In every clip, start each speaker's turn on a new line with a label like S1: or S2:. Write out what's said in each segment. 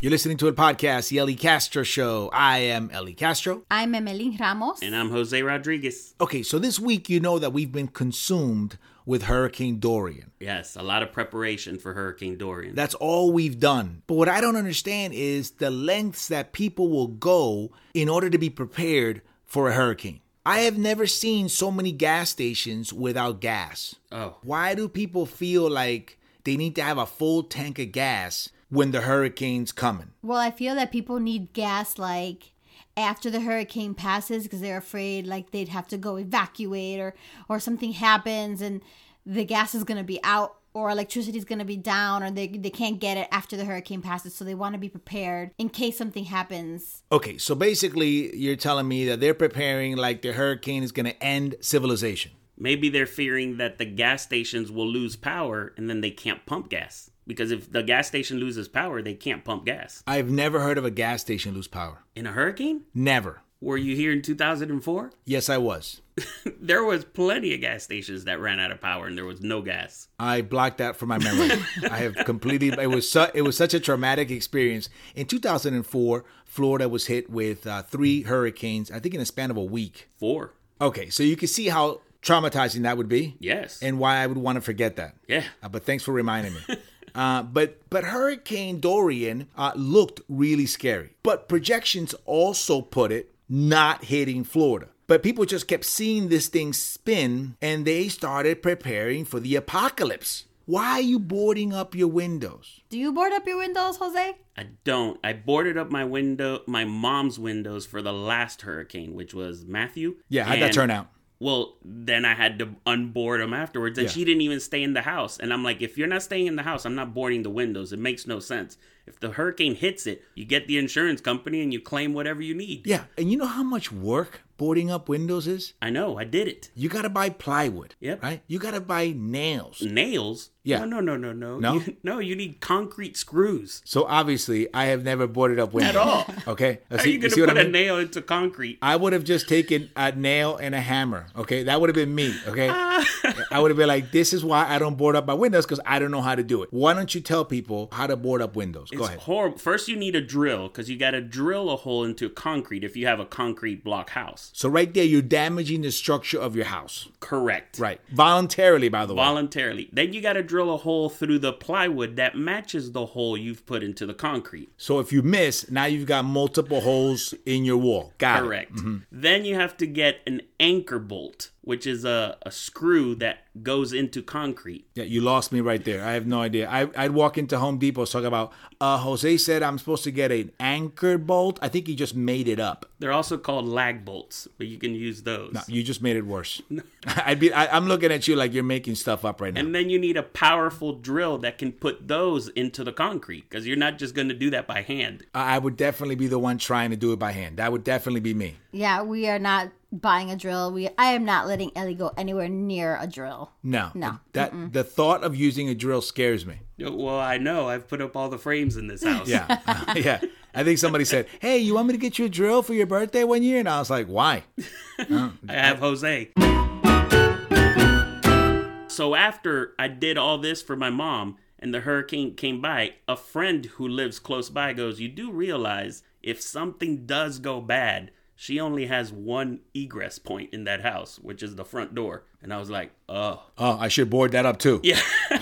S1: You're listening to a podcast, The Ellie Castro Show. I am Ellie Castro.
S2: I'm Emeline Ramos.
S3: And I'm Jose Rodriguez.
S1: Okay, so this week you know that we've been consumed with Hurricane Dorian.
S3: Yes, a lot of preparation for Hurricane Dorian.
S1: That's all we've done. But what I don't understand is the lengths that people will go in order to be prepared for a hurricane. I have never seen so many gas stations without gas.
S3: oh,
S1: Why do people feel like they need to have a full tank of gas when the hurricane's coming?
S2: Well, I feel that people need gas like after the hurricane passes because they're afraid like they'd have to go evacuate or or something happens and the gas is going to be out or electricity is going to be down or they, they can't get it after the hurricane passes so they want to be prepared in case something happens
S1: Okay, so basically you're telling me that they're preparing like the hurricane is going to end civilization.
S3: maybe they're fearing that the gas stations will lose power and then they can't pump gas. Because if the gas station loses power, they can't pump gas.
S1: I've never heard of a gas station lose power.
S3: In a hurricane?
S1: Never.
S3: Were you here in 2004?
S1: Yes, I was.
S3: There was plenty of gas stations that ran out of power and there was no gas.
S1: I blocked that from my memory. I have completely. It was su- it was such a traumatic experience. In 2004, Florida was hit with uh, three hurricanes. I think in a span of a week.
S3: Four.
S1: Okay, so you can see how traumatizing that would be,
S3: Yes.
S1: and why I would want to forget that.
S3: yeah.
S1: Uh, but thanks for reminding me. Uh, but but Hurricane Dorian uh, looked really scary. But projections also put it not hitting Florida. But people just kept seeing this thing spin, and they started preparing for the apocalypse. Why are you boarding up your windows?
S2: do you board up your windows jose
S3: I don't. I boarded up my window, my mom's windows for the last hurricane, which was Matthew.
S1: Yeah, how'd that
S3: And-
S1: turn out?
S3: Well, then I had to unboard them afterwards, and
S1: Yeah.
S3: she didn't even stay in the house. And I'm like, if you're not staying in the house, I'm not boarding the windows. It makes no sense. If the hurricane hits it, you get the insurance company and you claim whatever you need.
S1: Yeah, and you know how much work boarding up windows is?
S3: I know, I did it.
S1: You gotta buy plywood,
S3: Yep.
S1: right? You gotta buy nails.
S3: Nails?
S1: Yeah.
S3: No, no, no, no, no.
S1: No?
S3: You, no, you need concrete screws.
S1: So obviously, I have never boarded up windows. At all. Okay?
S3: How are you going to put a nail into concrete?
S1: I would have just taken a nail and a hammer. Okay, that would have been me. Okay, I would have been like, "This is why I don't board up my windows because I don't know how to do it." Why don't you tell people how to board up windows? Go
S3: It's
S1: ahead.
S3: horrible. First, you need a drill because you got to drill a hole into concrete if you have a concrete block house.
S1: So right there, you're damaging the structure of your house.
S3: Correct.
S1: Right, voluntarily, by the way.
S3: Voluntarily. Then you got to drill a hole through the plywood that matches the hole you've put into the concrete.
S1: so if you miss, now you've got multiple holes in your wall. Got it. Mm-hmm.
S3: Correct. Then you have to get an anchor bolt, which is a, a screw that goes into concrete.
S1: Yeah, you lost me right there. I have no idea. I, I'd walk into Home Depot talk about. Uh, Jose said I'm supposed to get an anchor bolt. I think he just made it up.
S3: They're also called lag bolts, but you can use those.
S1: You just made it worse. I'd be. I, I'm looking at you like you're making stuff up right now.
S3: And then you need a powerful drill that can put those into the concrete because you're not just going to do that by hand.
S1: I I would definitely be the one trying to do it by hand. That would definitely be me.
S2: yeah we are not buying a drill we i am not letting ellie go anywhere near a drill
S1: No.
S2: No.
S1: That the thought of using a drill scares me.
S3: Well, I know. I've put up all the frames in this house.
S1: Yeah. Uh, yeah. I think somebody said, "Hey, you want me to get you a drill for your birthday one year?" And I was like, "Why?"
S3: I have Jose. So after I did all this for my mom and the hurricane came by, a friend who lives close by goes, "You do realize if something does go bad, she only has one egress point in that house, which is the front door." And I was like, "Oh,
S1: Oh, I should board that up too.
S3: yeah.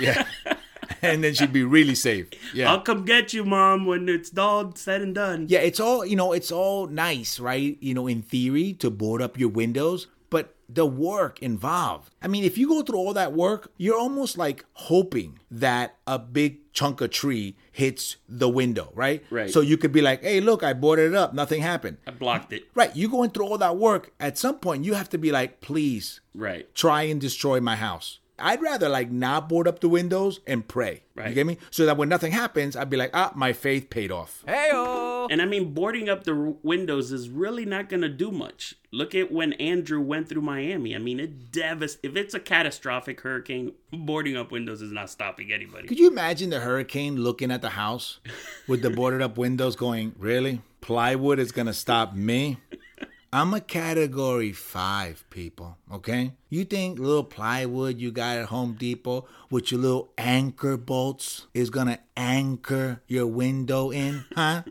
S1: Yeah. and then she'd be really safe. Yeah.
S3: I'll come get you, mom, when it's all said and done."
S1: Yeah, it's all you know. It's all nice, right? You know, in theory, to board up your windows, but the work involved. I mean, if you go through all that work, you're almost like hoping that a big chunk of tree hits the window, right?
S3: Right.
S1: So you could be like, "Hey, look, I boarded it up. Nothing happened."
S3: I blocked it.
S1: Right. You're going through all that work. At some point, you have to be like, "Please,
S3: Right.
S1: try and destroy my house." I'd rather like not board up the windows and pray. You
S3: Right.
S1: get me? So that when nothing happens, I'd be like, ah, my faith paid off.
S3: And I mean, boarding up the r- windows is really not going to do much. Look at when Andrew went through Miami. I mean, it devast. If it's a catastrophic hurricane, boarding up windows is not stopping anybody.
S1: Could you imagine the hurricane looking at the house with the boarded up windows going, Really? Plywood is going to stop me? I'm a category five, people. Okay? You think little plywood you got at Home Depot with your little anchor bolts is gonna anchor your window in, huh?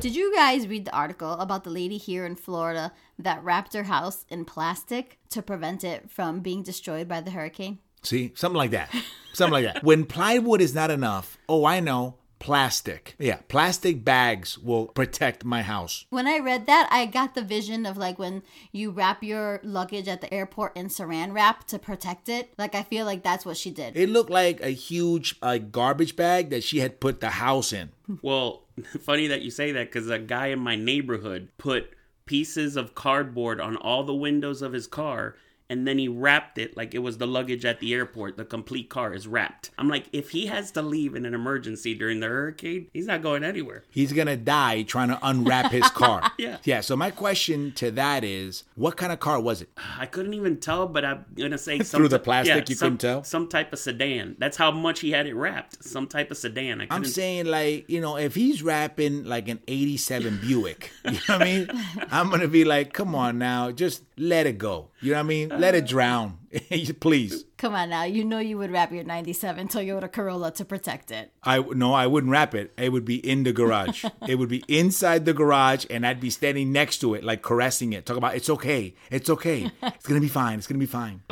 S2: Did you guys read the article about the lady here in Florida that wrapped her house in plastic to prevent it from being destroyed by the hurricane?
S1: See, something like that. Something like that. When plywood is not enough, oh, I know, plastic. Yeah, plastic bags will protect my house.
S2: When I read that, I got the vision of like when you wrap your luggage at the airport in saran wrap to protect it. Like, I feel like that's what she did.
S1: It looked like a huge uh, garbage bag that she had put the house in.
S3: Well, funny that you say that because a guy in my neighborhood put pieces of cardboard on all the windows of his car and then he wrapped it like it was the luggage at the airport. The complete car is wrapped. I'm like, if he has to leave in an emergency during the hurricane, he's not going anywhere.
S1: He's gonna die trying to unwrap his car.
S3: Yeah.
S1: Yeah. So my question to that is, what kind of car was it?
S3: I couldn't even tell, but I'm gonna say some
S1: Through the
S3: ti-
S1: plastic, you couldn't
S3: some,
S1: tell?
S3: Some type of sedan. That's how much he had it wrapped. Some type of sedan. I couldn't.
S1: I'm saying like, you know, if he's rapping like an 87 Buick, you know what I mean? I'm gonna be like, come on now, just let it go. You know what I mean? Let it drown. Please.
S2: Come on now, you know you would wrap your 97 Toyota Corolla to protect it.
S1: I no, I wouldn't wrap it. It would be in the garage. it would be inside the garage, and I'd be standing next to it, like caressing it. Talk about it's okay, it's okay, it's gonna be fine, it's gonna be fine.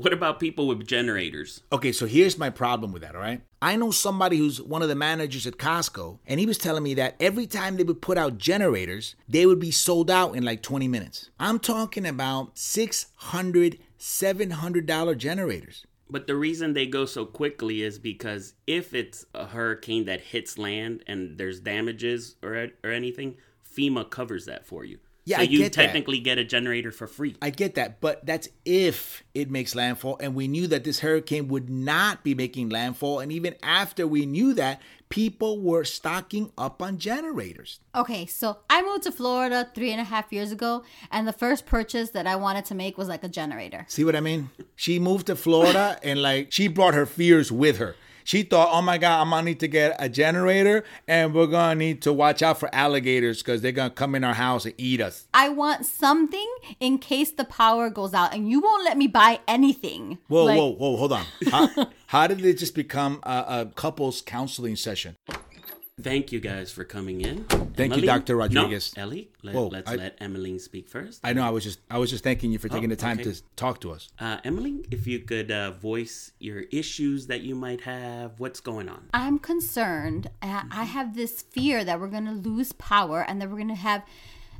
S3: what about people with generators?
S1: Okay, so here's my problem with that, all right? I know somebody who's one of the managers at Costco, and he was telling me that every time they would put out generators, they would be sold out in like 20 minutes. I'm talking about 600 $700 generators.
S3: But the reason they go so quickly is because if it's a hurricane that hits land and there's damages or or anything, FEMA covers that for you.
S1: Yeah,
S3: so
S1: I
S3: you
S1: get that.
S3: technically get a generator for free.
S1: I get that, but that's if it makes landfall. And we knew that this hurricane would not be making landfall. And even after we knew that, people were stocking up on generators.
S2: Okay, so I moved to Florida three and a half years ago, and the first purchase that I wanted to make was like a generator.
S1: See what I mean? She moved to Florida and like she brought her fears with her. She thought, oh my God, I'm gonna need to get a generator and we're gonna need to watch out for alligators because they're gonna come in our house and eat us.
S2: I want something in case the power goes out, and you won't let me buy anything.
S1: Whoa,
S2: Like,
S1: whoa, whoa, hold on. How, how did it just become a, a couples counseling session?
S3: Thank you guys for coming in.
S1: Thank you, Dr. Rodriguez.
S3: No, Ellie, let,
S1: Whoa,
S3: let's
S1: I-
S3: let Emmeline speak first.
S1: I know I was just I was just thanking you for taking the time
S3: Oh, okay.
S1: to talk to us.
S3: Uh, Emmeline, if you could uh, voice your issues that you might have, what's going on?
S2: I'm concerned. I I have this fear that we're gonna lose power and that we're gonna have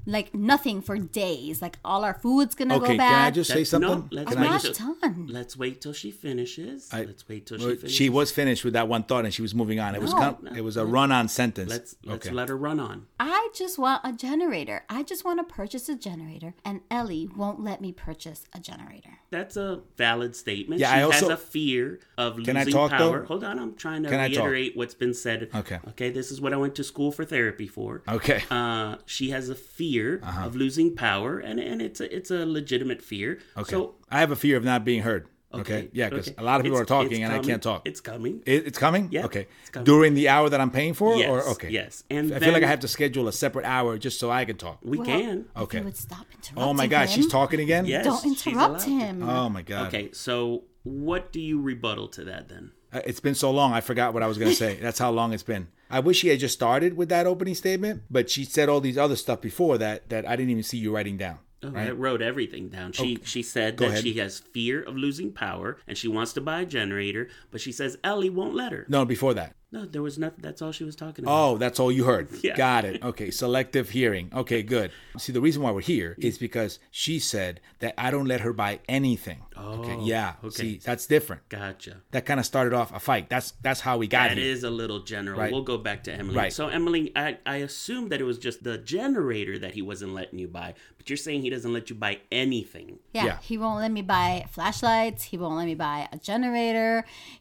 S2: like nothing for days. Like all our food's gonna
S1: Okay,
S2: go
S1: can I
S2: bad.
S1: just say
S3: That- no,
S1: something?
S3: let's
S1: Can
S2: I'm
S1: I
S3: wait
S2: not
S1: just-
S2: done.
S3: Let's wait till she finishes. let's wait till
S1: Well,
S3: she finishes.
S1: she was finished with that one thought, and she was moving on. It was kind it was a run-on sentence.
S3: Let's let's
S1: okay.
S3: let her run on.
S2: I just want a generator. I just want to purchase a generator, and Ellie won't let me purchase a generator.
S3: That's a valid statement.
S1: Yeah,
S3: she
S1: I also-
S3: has a fear of losing
S1: Can I talk, though?
S3: power. Hold on, I'm trying to
S1: Can I talk?
S3: reiterate what's been said.
S1: Okay.
S3: Okay, this is what I went to school for therapy for.
S1: okay. Uh-huh.
S3: Uh, she has a fear of losing power, and, and it's a it's a legitimate fear.
S1: okay.
S3: So
S1: I have a fear of not being heard. Okay. Yeah, because a lot of people
S3: It's-
S1: are talking,
S3: it's
S1: and I
S3: coming.
S1: can't talk.
S3: It's coming.
S1: It- it's coming.
S3: Yeah,
S1: okay.
S3: it's coming.
S1: During the hour that I'm paying for,
S3: yes.
S1: or okay.
S3: Yes. And
S1: I feel like I
S3: then
S1: have to schedule a separate hour just so I can talk.
S3: We can.
S2: If
S1: Okay.
S2: You would stop interrupting.
S1: Oh my God,
S2: him.
S1: she's talking again.
S3: Yes.
S2: Don't
S3: she's
S2: interrupt
S3: allowed to.
S2: him.
S1: Oh my God.
S3: Okay, so what do you rebuttal to that then?
S1: Uh, It's been so long, I forgot what I was going to say. That's how long it's been. I wish she had just started with that opening statement, but she said all these other stuff before that that I didn't even see you writing down.
S3: Oh, I wrote everything down. She she said that
S1: ahead.
S3: she has fear of losing power and she wants to buy a generator, but she says Ellie won't let her.
S1: No, before that.
S3: No, there was nothing. That's all she was talking about.
S1: Oh, that's all you heard.
S3: Yeah.
S1: Got it. Okay, selective hearing. Okay, good. See, the reason why we're here is because she said that I don't let her buy anything. okay,
S3: Oh,
S1: yeah.
S3: okay.
S1: See, that's different.
S3: Gotcha.
S1: That kind of started off a fight. That's that's how we got
S3: That
S1: here.
S3: is a little general.
S1: Right.
S3: We'll go back to Emily.
S1: Right.
S3: So Emily, I I assume that it was just the generator that he wasn't letting you buy, but you're saying he doesn't let you buy anything.
S2: Yeah,
S1: Yeah.
S2: he won't let me buy flashlights. He won't let me buy a generator.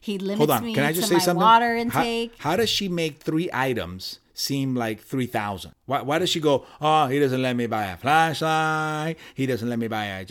S2: He limits
S1: Hold on.
S2: me
S1: Can I just
S2: to
S1: say
S2: my
S1: something?
S2: water
S1: How-
S2: intake.
S1: How, does she make three items seem like 3,000? Why, why does she go, oh, he doesn't let me buy a flashlight. He doesn't let me buy a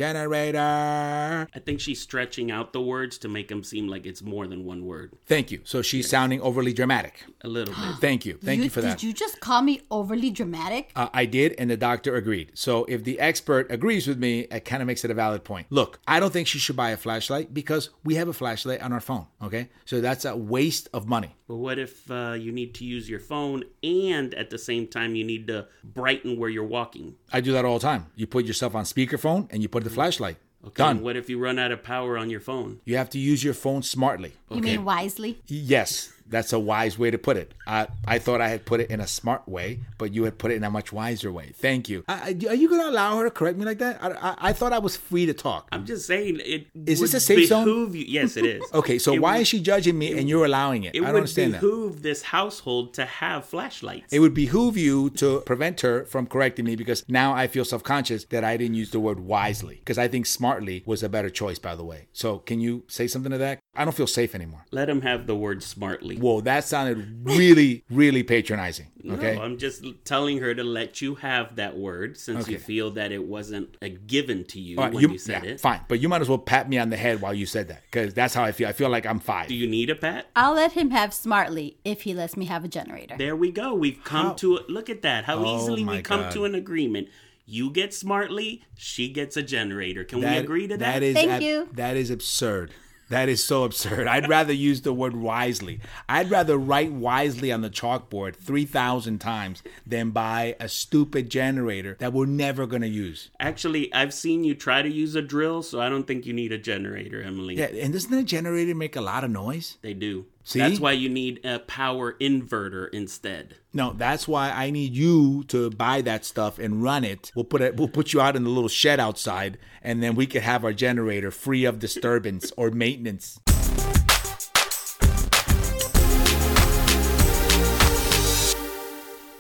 S1: generator.
S3: I think she's stretching out the words to make them seem like it's more than one word.
S1: Thank you. So she's sounding overly dramatic.
S3: A little bit.
S1: Thank you. Thank you, for that.
S2: Did you just call me overly dramatic?
S1: Uh, I did, and the doctor agreed. So if the expert agrees with me, it kind of makes it a valid point. Look, I don't think she should buy a flashlight because we have a flashlight on our phone, okay? So that's a waste of money.
S3: But what if uh, you need to use your phone and at the same time you need to brighten where you're walking?
S1: I do that all the time. You put yourself on speakerphone and you put
S2: Mm-hmm.
S1: the flashlight.
S3: Okay.
S1: Done.
S3: What if you run out of power on your phone?
S1: You have to use your phone smartly.
S2: You mean wisely?
S1: Yes, that's a wise way to put it. I, I thought I had put it in a smart way, but you had put it in a much wiser way. Thank you. I, I- are you going to allow her to correct me like that? I, I, I thought I was free to talk.
S3: I'm just saying it
S1: Is this
S3: would
S1: a safe zone?
S3: behoove You. Yes, it is.
S1: Okay, so
S3: It
S1: why
S3: would-
S1: is she judging me and you're allowing it?
S3: It
S1: I don't
S3: would
S1: understand that.
S3: behoove this household to have flashlights.
S1: It would behoove you to prevent her from correcting me because now I feel self conscious that I didn't use the word wisely because I think smartly was a better choice, by the way. So, can you say something to that? I don't feel safe anymore.
S3: Let him have the word smartly.
S1: Whoa, that sounded really, really patronizing. Okay.
S3: No, I'm just telling her to let you have that word since you
S1: Okay.
S3: feel that it wasn't a given to you
S1: All right,
S3: when you, said
S1: yeah,
S3: it.
S1: Fine, but you might as well pat me on the head while you said that because that's how I feel. I feel like I'm five.
S3: Do you need a pat?
S2: I'll let him have smartly if he lets me have a generator.
S3: There we go. We've come
S1: How-
S3: to a, look at that. How
S1: Oh
S3: easily
S1: my
S3: we come
S1: God.
S3: to an agreement. You get smartly, she gets a generator. Can we
S1: That-
S3: agree to that?
S1: That is
S2: Thank
S1: ab-
S2: you.
S1: That is absurd. That is so absurd. I'd rather use the word wisely. I'd rather write wisely on the chalkboard 3,000 times than buy a stupid generator that we're never going to use.
S3: Actually, I've seen you try to use a drill, so I don't think you need a generator, Emily.
S1: Yeah, and doesn't a generator make a lot of noise?
S3: They do.
S1: See?
S3: That's why you need a power inverter instead.
S1: No, that's why I need you to buy that stuff and run it. We'll put it. We'll put you out in the little shed outside, and then we could have our generator free of disturbance or maintenance.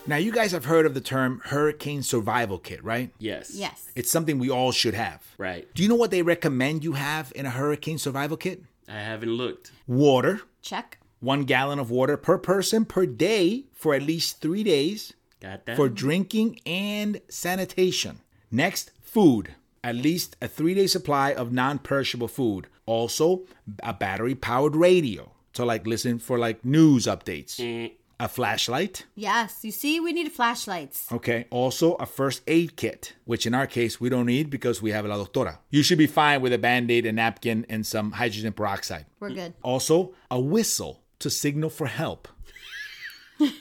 S1: Now, you guys have heard of the term hurricane survival kit, right?
S3: Yes.
S2: Yes.
S1: It's something we all should have.
S3: Right.
S1: Do you know what they recommend you have in a hurricane survival kit?
S3: I haven't looked.
S1: Water,
S2: Check.
S1: one gallon of water per person per day for at least three days
S3: Got that?
S1: for drinking and sanitation. Next, food. At least a three day supply of non perishable food. Also, a battery powered radio to like listen for like news updates.
S3: Eh.
S1: A flashlight.
S2: Yes. You see, we need flashlights.
S1: Okay. Also, a first aid kit, which in our case we don't need because we have La Doctora. You should be fine with a band aid, a napkin, and some hydrogen peroxide.
S2: We're good.
S1: Also, a whistle to signal for help,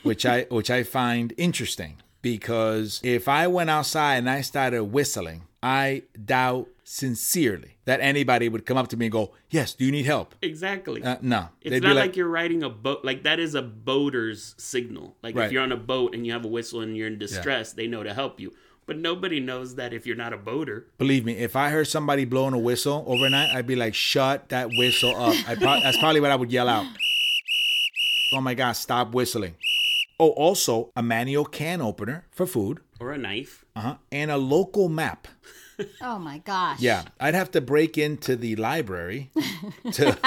S1: which I which I find interesting because if I went outside and I started whistling, I doubt sincerely that anybody would come up to me and go, "Yes, do you need help?"
S3: Exactly.
S1: Uh, no,
S3: It's
S1: They'd be
S3: not like, you're riding a boat. Like that is a boater's signal. Like
S1: Right.
S3: if you're on a boat and you have a whistle and you're in distress, they know to help you. But nobody knows that if you're not a boater.
S1: Believe me, if I heard somebody blowing a whistle overnight, I'd be like, shut that whistle up. I pro- that's probably what I would yell out. Oh my God, stop whistling. Oh, also a manual can opener for food
S3: Or a knife.
S1: uh-huh, and a local map.
S2: Oh my gosh.
S1: Yeah, I'd have to break into the library to,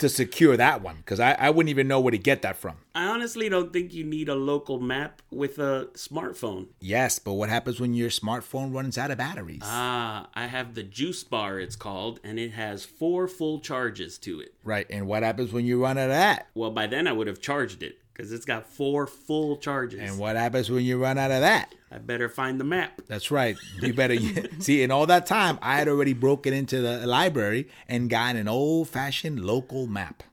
S1: to secure that one because I, I wouldn't even know where to get that from.
S3: I honestly don't think you need a local map with a smartphone.
S1: Yes, but what happens when your smartphone runs out of batteries?
S3: Ah, I have the juice bar, it's called, and it has four full charges to it.
S1: right, and what happens when you run out of that?
S3: Well, by then I would have charged it because it's got four full charges.
S1: And what happens when you run out of that?
S3: I better find the map.
S1: That's right. You better see. In all that time, I had already broken into the library and gotten an old-fashioned local map.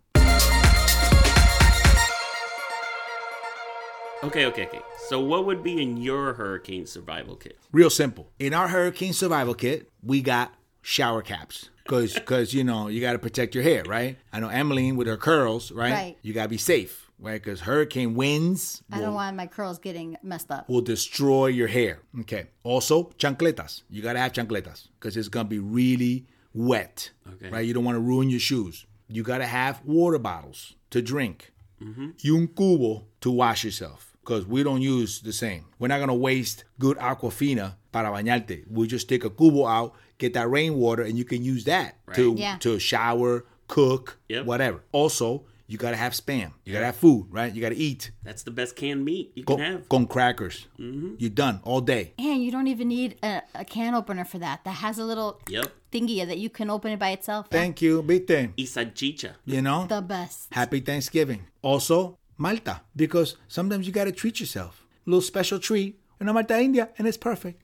S3: Okay, okay, okay. So, what would be in your hurricane survival kit?
S1: Real simple. In our hurricane survival kit, we got shower caps. Cause, cause you know you got to protect your hair, right? I know Emmeline with her curls, right?
S2: Right.
S1: You got to be safe, right? Cause hurricane winds
S2: I don't want my curls getting messed up.
S1: will destroy your hair. Okay. Also, chancletas. You gotta have chancletas because it's gonna be really wet.
S3: Okay.
S1: Right. You don't want to ruin your shoes. You gotta have water bottles to drink.
S3: Mm-hmm.
S1: You un cubo to wash yourself because we don't use the same. We're not gonna waste good aquafina para bañarte. We just take a cubo out, get that rainwater, and you can use that to
S2: Right. Yeah.
S1: to shower, cook,
S3: Yep.
S1: whatever. Also, you gotta have spam. You gotta have food, right? You gotta eat.
S3: That's the best canned meat you
S1: Go,
S3: can have. Mm-hmm.
S1: go on crackers. You're done all day.
S2: And you don't even need a, a can opener for that. That has a little
S3: Yep.
S2: thingy that you can open it by itself.
S1: Thank you, Vite.
S3: Y salchicha.
S1: You know?
S2: the best.
S1: Happy Thanksgiving. Also, Malta, because sometimes you gotta treat yourself. little special treat. Una Malta India, and it's perfect.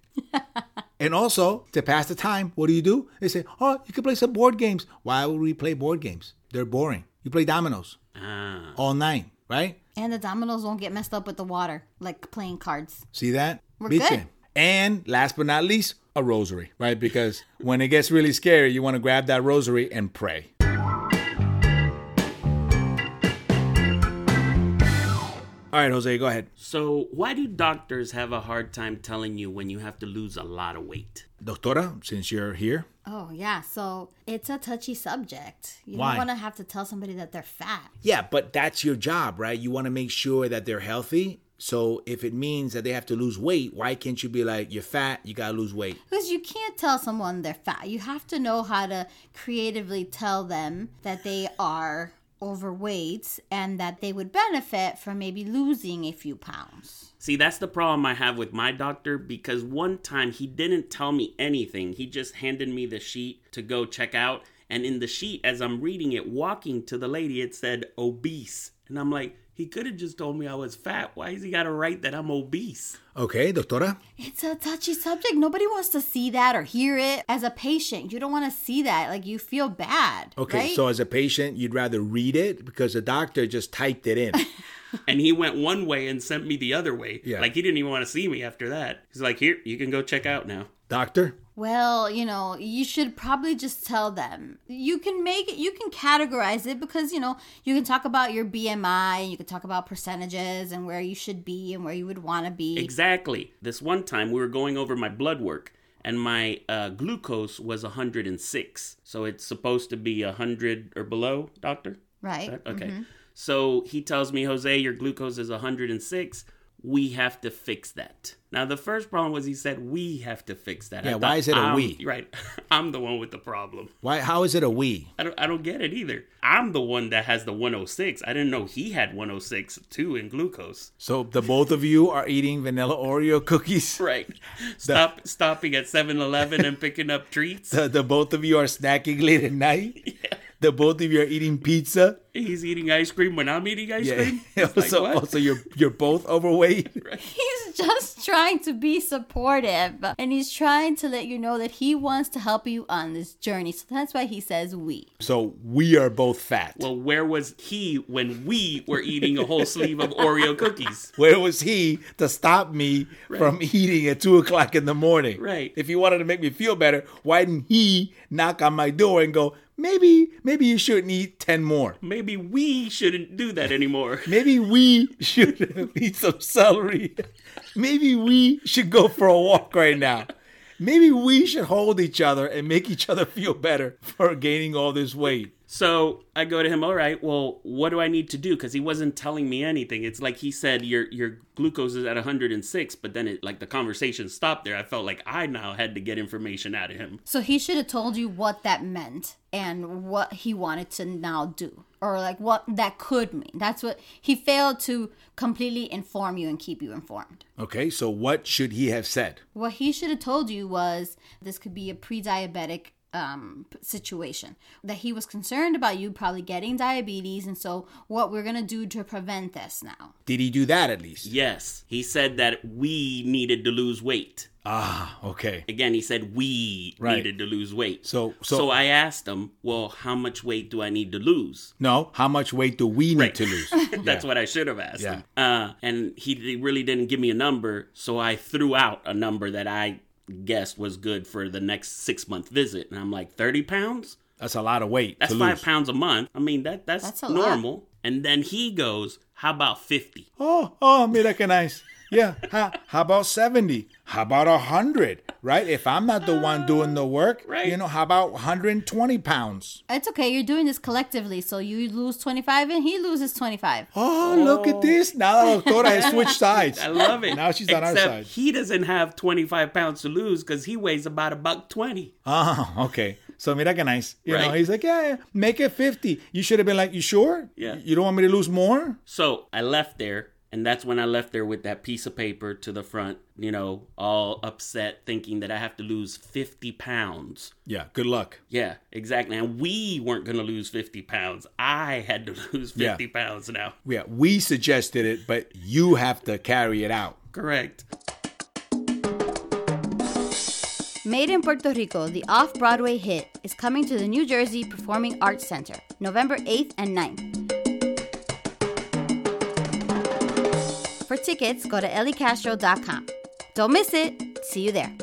S1: and also, to pass the time, what do you do? They say, oh, you can play some board games. Why would we play board games? They're boring. You play dominoes
S3: Ah.
S1: all night, right?
S2: And the dominoes won't get messed up with the water, like playing cards.
S1: See that?
S2: We're
S1: Big
S2: good.
S1: thing. And last but not least, a rosary, right? Because when it gets really scary, you want to grab that rosary and pray. All right, Jose, go ahead.
S3: So, why do doctors have a hard time telling you when you have to lose a lot of weight?
S1: Doctora, since you're here,
S2: Oh yeah, so it's a touchy subject. You
S1: Why?
S2: don't want to have to tell somebody that they're fat.
S1: Yeah, but that's your job, right? You want to make sure that they're healthy. So if it means that they have to lose weight, why can't you be like, you're fat, you got to lose weight?
S2: Because you can't tell someone they're fat. You have to know how to creatively tell them that they are overweight and that they would benefit from maybe losing a few pounds.
S3: See, that's the problem I have with my doctor because one time he didn't tell me anything. He just handed me the sheet to go check out. And in the sheet, as I'm reading it, walking to the lady, it said obese. And I'm like, he could have just told me I was fat. Why has he got to write that I'm obese?
S1: Okay, doctora.
S2: It's a touchy subject. Nobody wants to see that or hear it. As a patient, you don't want to see that. Like you feel bad.
S1: Okay,
S2: right?
S1: so as a patient, you'd rather read it because the doctor just typed it in.
S3: And he went one way and sent me the other way.
S1: Yeah.
S3: Like, he didn't even want to see me after that. He's like, here, you can go check out now.
S1: doctor?
S2: Well, you know, you should probably just tell them. You can make it, you can categorize it because, you know, you can talk about your BMI, and you can talk about percentages and where you should be and where you would want to be.
S3: Exactly. This one time we were going over my blood work and my uh, glucose was 106. So it's supposed to be 100 or below, doctor?
S2: right?
S3: Right? Okay. So he tells me, Jose, your glucose is 106. We have to fix that. Now, the first problem was he said, we have to fix that.
S1: Yeah, why is it a
S3: "I'm-"
S1: we?
S3: Right. I'm the one with the problem.
S1: Why? How is it a we?
S3: I don't, I don't get it either. I'm the one that has the 106. I didn't know he had 106 too in glucose.
S1: So the both of you are eating vanilla Oreo cookies.
S3: Right. Stop stopping at 7-Eleven and picking up treats.
S1: The, the both of you are snacking late at night. The both of you are eating pizza.
S3: He's eating ice cream when I'm eating ice
S1: Yeah.
S3: cream. It's like,
S1: also,
S3: what?
S1: also, you're you're both overweight.
S2: He's just trying to be supportive and he's trying to let you know that he wants to help you on this journey. So that's why he says we.
S1: So we are both fat.
S3: Well, where was he when we were eating a whole sleeve of Oreo cookies?
S1: Where was he to stop me from eating at two o'clock in the morning?
S3: Right.
S1: If he wanted to make me feel better, why didn't he knock on my door and go, maybe, maybe you shouldn't eat ten more.
S3: Maybe we shouldn't do that anymore.
S1: Maybe we should eat some celery. Maybe we should go for a walk right now. Maybe we should hold each other and make each other feel better for gaining all this weight.
S3: So I go to him, all right, well, what do I need to do? Because he wasn't telling me anything. It's like he said, your your glucose is at 106, but then it like the conversation stopped there. I felt like I now had to get information out of him.
S2: So he should have told you what that meant and what he wanted to now do or like what that could mean. That's what he failed to completely inform you and keep you informed.
S1: Okay, so what should he have said?
S2: What he should have told you was this could be a pre-diabetic um, p- situation that he was concerned about you probably getting diabetes, and so what we're gonna do to prevent this now.
S1: Did he do that at least?
S3: Yes, he said that we needed to lose weight.
S1: Ah, okay.
S3: Again, he said we
S1: Right.
S3: needed to lose weight.
S1: So- so-
S3: I asked him, well, how much weight do I need to lose?
S1: No, how much weight do we need
S3: Right.
S1: to lose?
S3: That's what I should have asked him. Uh, and he, he really didn't give me a number, so I threw out a number that I guessed was good for the next six month visit. And I'm like, 30 pounds?
S1: That's a lot of weight
S3: That's
S1: to
S3: five
S1: lose.
S3: pounds a month. I mean, that that's,
S2: That's a lot.
S3: normal. And then he goes, how about 50?
S1: Oh, oh, mira que nice. Yeah. How, how about 70? How about 100? Right? If I'm not the one doing the work,
S3: Right.
S1: you know, how about 120 pounds?
S2: It's okay, you're doing this collectively, so you lose 25 and he loses 25.
S1: Oh, look at this. Now the doctora has switched sides.
S3: I love it.
S1: Now she's on our
S3: Except
S1: side.
S3: He doesn't have 25 pounds to lose because he weighs about about 20.
S1: Oh, okay. So mira que nice. You know,
S3: Right.
S1: he's like, yeah, yeah, make it 50. You should have been like, you sure?
S3: Yeah.
S1: You don't want me to lose more?
S3: So I left there, and that's when I left there with that piece of paper to the front, you know, all upset, thinking that I have to lose 50 pounds.
S1: Yeah, good luck.
S3: Yeah, exactly. And we weren't going to lose 50 pounds. I had to lose 50
S1: Yeah.
S3: pounds now.
S1: Yeah, we suggested it, but you have to carry it out.
S3: Correct.
S2: Made in Puerto Rico, the off Broadway hit is coming to the New Jersey Performing Arts Center November 8th and 9th. For tickets, go to E elliecastro.com. Don't miss it. See you there.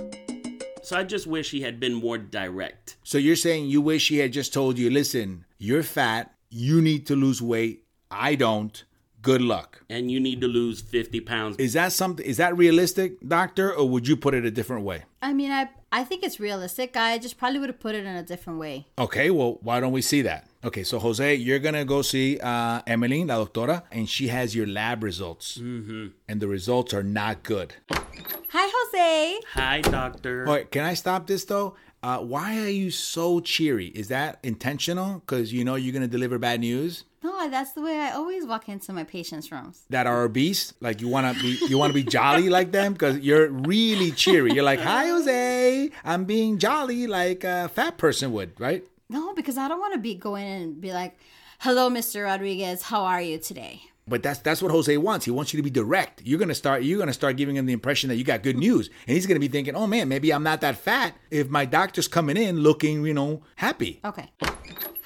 S3: So I just wish he had been more direct.
S1: So you're saying you wish he had just told you, listen, you're fat, you need to lose weight, I don't. Good luck.
S3: And you need to lose 50 pounds.
S1: Is that something is that realistic, doctor, or would you put it a different way?
S2: I mean, I I think it's realistic. I just probably would have put it in a different way.
S1: Okay, well, why don't we see that? Okay, so Jose, you're gonna go see uh, Emily, la doctora, and she has your lab results, mm-hmm. and the results are not good.
S2: Hi, Jose.
S3: Hi, doctor.
S1: All right, can I stop this though? Uh, why are you so cheery? Is that intentional? Because you know you're gonna deliver bad news
S2: No, that's the way I always walk into my patients' rooms.
S1: that are obese. Like you wanna be, you wanna be jolly like them because you're really cheery. You're like, "Hi, Jose, I'm being jolly like a fat person would," right?
S2: No, because I don't want to be going in and be like, "Hello, Mr. Rodriguez. How are you today?"
S1: But that's that's what Jose wants. He wants you to be direct. You're gonna start you're gonna start giving him the impression that you got good news. And he's gonna be thinking, Oh man, maybe I'm not that fat if my doctor's coming in looking, you know, happy.
S2: Okay.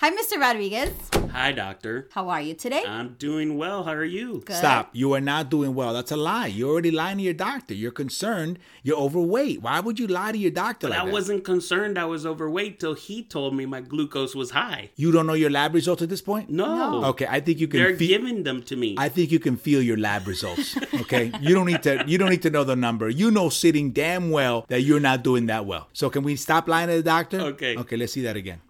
S2: Hi, Mr. Rodriguez.
S3: Hi, doctor.
S2: How are you today?
S3: I'm doing well. How are you?
S2: Good.
S1: Stop. You are not doing well. That's a lie. You're already lying to your doctor. You're concerned. You're overweight. Why would you lie to your doctor like
S3: I
S1: that?
S3: wasn't concerned I was overweight till he told me my glucose was high.
S1: You don't know your lab results at this point?
S3: No.
S1: Okay, I think you
S3: They're
S1: can feel
S3: giving them to me.
S1: I think you can feel your lab results. Okay. you don't need to you don't need to know the number. You know sitting damn well that you're not doing that well. So can we stop lying to the doctor?
S3: Okay.
S1: Okay, let's see that again.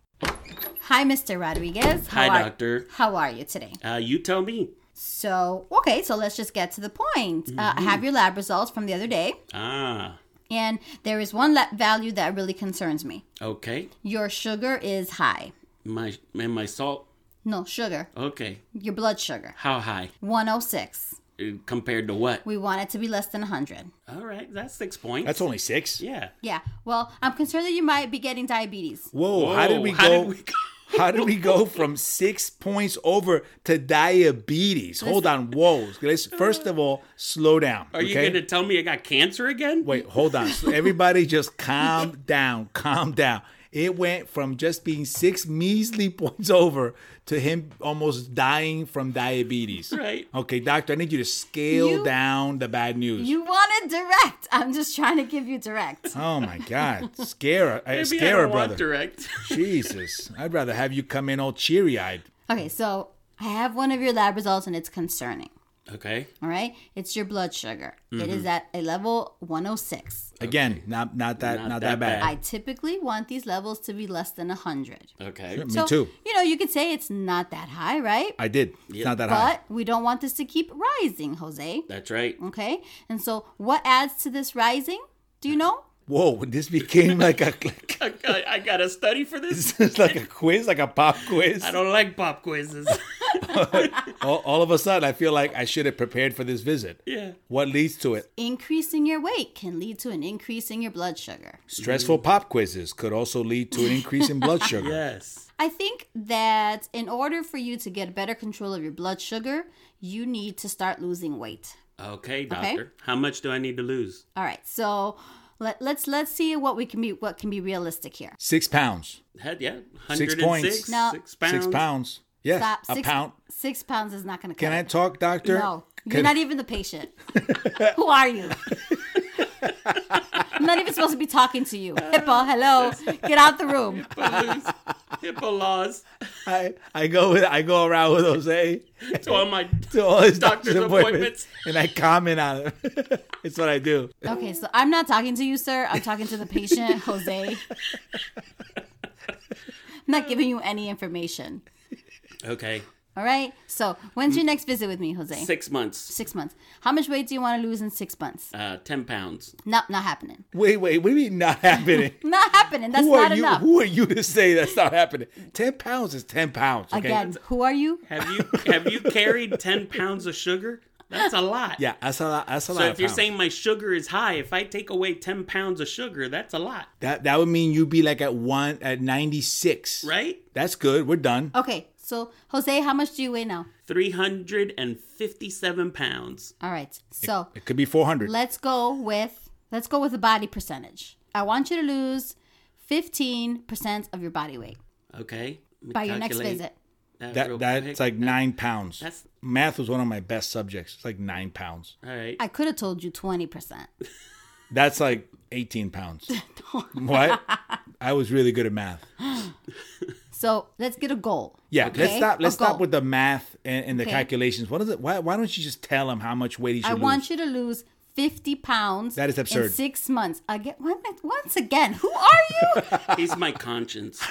S2: Hi, Mr. Rodriguez. How
S3: Hi,
S2: are-
S3: doctor.
S2: How are you today?
S3: Uh, you tell me.
S2: So, okay, so let's just get to the point. Uh, I
S3: Mm-hmm.
S2: have your lab results from the other day,
S3: Ah,
S2: and there is one la- value that really concerns me.
S3: okay.
S2: Your sugar is high.
S3: My and my salt.
S2: No, sugar.
S3: Okay.
S2: Your blood sugar.
S3: How high
S2: 106.
S3: Uh, compared to what?
S2: We want it to be less than 100.
S3: All right, that's six points.
S1: That's only six.
S3: yeah.
S2: Yeah. Well, I'm concerned that you might be getting diabetes.
S1: Whoa, how did
S3: Whoa,
S1: we go?
S3: how did we go?
S1: how did we go from six points over to diabetes? Hold on, whoa. Let's first of all slow down.
S3: Are you gonna tell me I got cancer again?
S1: Wait, hold on. So everybody just calm down, calm down. It went from just being six measly points over to him almost dying from diabetes.
S3: Right.
S1: Okay, doctor, I need you to scale
S2: You-
S1: down the bad news.
S2: You want it direct. I'm just trying to give you direct.
S1: oh my God. Scare her, uh,
S3: Maybe
S1: scare
S3: I
S1: her
S3: don't want
S1: brother.
S3: direct.
S1: Jesus. I'd rather have you come in all cheery eyed.
S2: Okay, so I have one of your lab results and it's concerning.
S3: okay.
S2: All right? It's your blood sugar. It
S1: Mm-hmm.
S2: is at a level 106.
S1: Again, not not that not, that,
S3: that
S1: bad.
S3: bad.
S2: I typically want these levels to be less than 100.
S3: Okay.
S1: Me
S2: so,
S1: too. Ah.
S2: You know, you could say it's not that high, right?
S1: I did. It's not that high.
S2: but we don't want this to keep rising, Jose.
S3: That's right.
S2: Okay? And so, what adds to this rising? Do you know?
S1: Whoa, this became like a like,
S3: I, I- I gotta study for this.
S1: it's like a quiz, like a pop quiz.
S3: I don't like pop quizzes.
S1: All, all of a sudden, I feel like I should have prepared for this visit.
S3: yeah.
S1: What leads to it?
S2: Increasing your weight can lead to an increase in your blood sugar.
S1: Stressful
S3: Mm.
S1: pop quizzes could also lead to an increase in blood sugar.
S3: Yes.
S2: I think that in order for you to get better control of your blood sugar, you need to start losing weight.
S3: Okay, doctor. How much do I need to lose?
S2: All right, so let, let's let's see what we can be what can be realistic here.
S1: Six pounds.
S3: Head, yeah.
S1: Six
S3: 106.
S1: points.
S2: No.
S3: Six pounds.
S1: Six pounds. Yes,
S2: Stop.
S1: a
S2: six,
S1: pound.
S2: Six pounds is not going to cut
S1: Can I
S2: it.
S1: talk, doctor?
S2: No, you're
S1: Can-
S2: not e- even the patient. Who are you? I'm not even supposed to be talking to you. Hippo, hello, get out the room.
S3: Lose. Hippo laws.
S1: I, I go with I go around with Jose
S3: So am I.
S1: to all his
S3: Doctor's
S1: doctor's appointments, and I comment on it. it's what I do.
S2: Okay, so I'm not talking to you, sir. I'm talking to the patient, Jose. I'm not giving you any information.
S3: Okay.
S2: All right. So when's
S1: Mm.
S2: your next visit with me, Jose?
S3: Six months,
S2: Six months. How much weight do you want to lose in six months?
S3: uh, ten pounds.
S2: Nope, not happening.
S1: Wait, wait, what do you mean not happening?
S2: Not happening. That's
S1: who are
S2: not
S1: you?
S2: enough.
S1: Who are you to say that's not happening? Ten pounds is ten pounds. Okay?
S2: Again, who are you?
S3: Have you have you carried ten pounds of sugar? That's a lot.
S1: Yeah, that's a lot. That's a
S3: So
S1: lot.
S3: if
S1: of
S3: you're
S1: pounds.
S3: saying my sugar is high, if I take away ten pounds of sugar, that's a lot,
S1: that, that would mean you'd be like at one at ninety six.
S3: right?
S1: That's good. We're done.
S2: Okay. So Jose, how much do you weigh now?
S3: Three hundred and fifty-seven pounds.
S2: All right. So
S1: It could be four hundred.
S2: let's go with let's go with the body percentage. I want you to lose fifteen percent of your body weight
S3: Okay. Let me
S2: by your next
S3: calculate
S2: visit.
S3: That
S1: That
S3: real
S1: that's
S3: quick.
S1: like nine pounds.
S3: That's-
S1: Math was one of my best subjects. It's like nine pounds.
S3: all right.
S2: I could have told you twenty percent.
S1: That's like eighteen pounds. what? I was really good at math.
S2: So let's get a goal.
S1: Yeah, let's
S2: Okay,
S1: stop.
S2: a
S1: Let's stop
S2: goal.
S1: with the math and, and the
S2: Okay.
S1: calculations. What is it? Why, why don't you just tell him how much weight he should
S2: I
S1: lose?
S2: want you to lose fifty pounds.
S1: That is
S2: In
S1: absurd.
S2: six months again. one- Once again, who are you?
S3: He's my conscience.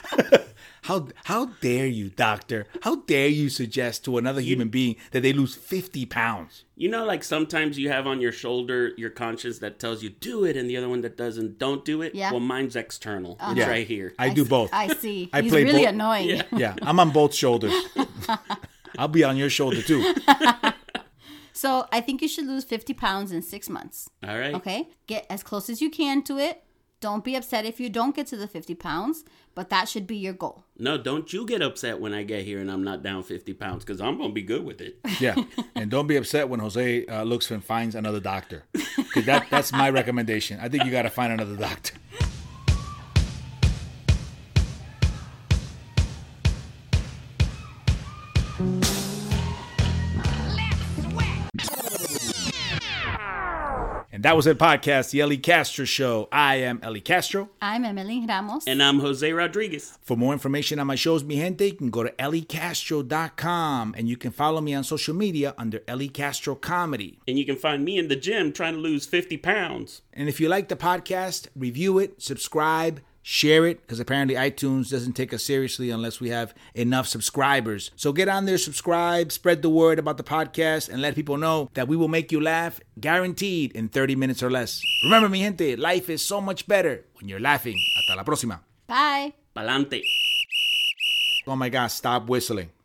S1: How how dare you, doctor? How dare you suggest to another human being that they lose fifty pounds?
S3: You know, like sometimes you have on your shoulder your conscience that tells you do it, and the other one that doesn't, don't do it.
S2: Yeah. Uh-huh.
S3: Well, mine's external. It's
S1: Yeah.
S3: right here.
S1: I, do
S2: s-
S1: both.
S2: I see.
S1: I
S2: He's
S1: play
S2: really
S1: bo-
S2: annoying.
S1: yeah, I'm on both shoulders. I'll be on your shoulder too.
S2: So I think you should lose 50 pounds in six months.
S3: All right.
S2: Okay? Get as close as you can to it. Don't be upset if you don't get to the 50 pounds, but that should be your goal.
S3: No, don't you get upset when I get here and I'm not down 50 pounds because I'm going to be good with it.
S1: Yeah, and don't be upset when Jose uh, looks and finds another doctor. 'Cause that that's my recommendation. I think you got to find another doctor. And that was it, podcast, the Ellie Castro Show. I am Ellie Castro.
S2: I'm Emily Ramos.
S3: And I'm Jose Rodriguez.
S1: For more information on my shows, mi gente, you can go to elliecastro.com and you can follow me on social media under Ellie Castro Comedy.
S3: And you can find me in the gym trying to lose 50 pounds.
S1: And if you like the podcast, review it, subscribe, share it, because apparently iTunes doesn't take us seriously unless we have enough subscribers. So get on there, subscribe, spread the word about the podcast, and let people know that we will make you laugh guaranteed in 30 minutes or less. Remember, mi gente, life is so much better when you're laughing. Hasta la próxima.
S2: Bye.
S3: Palante.
S1: Oh my God, stop whistling.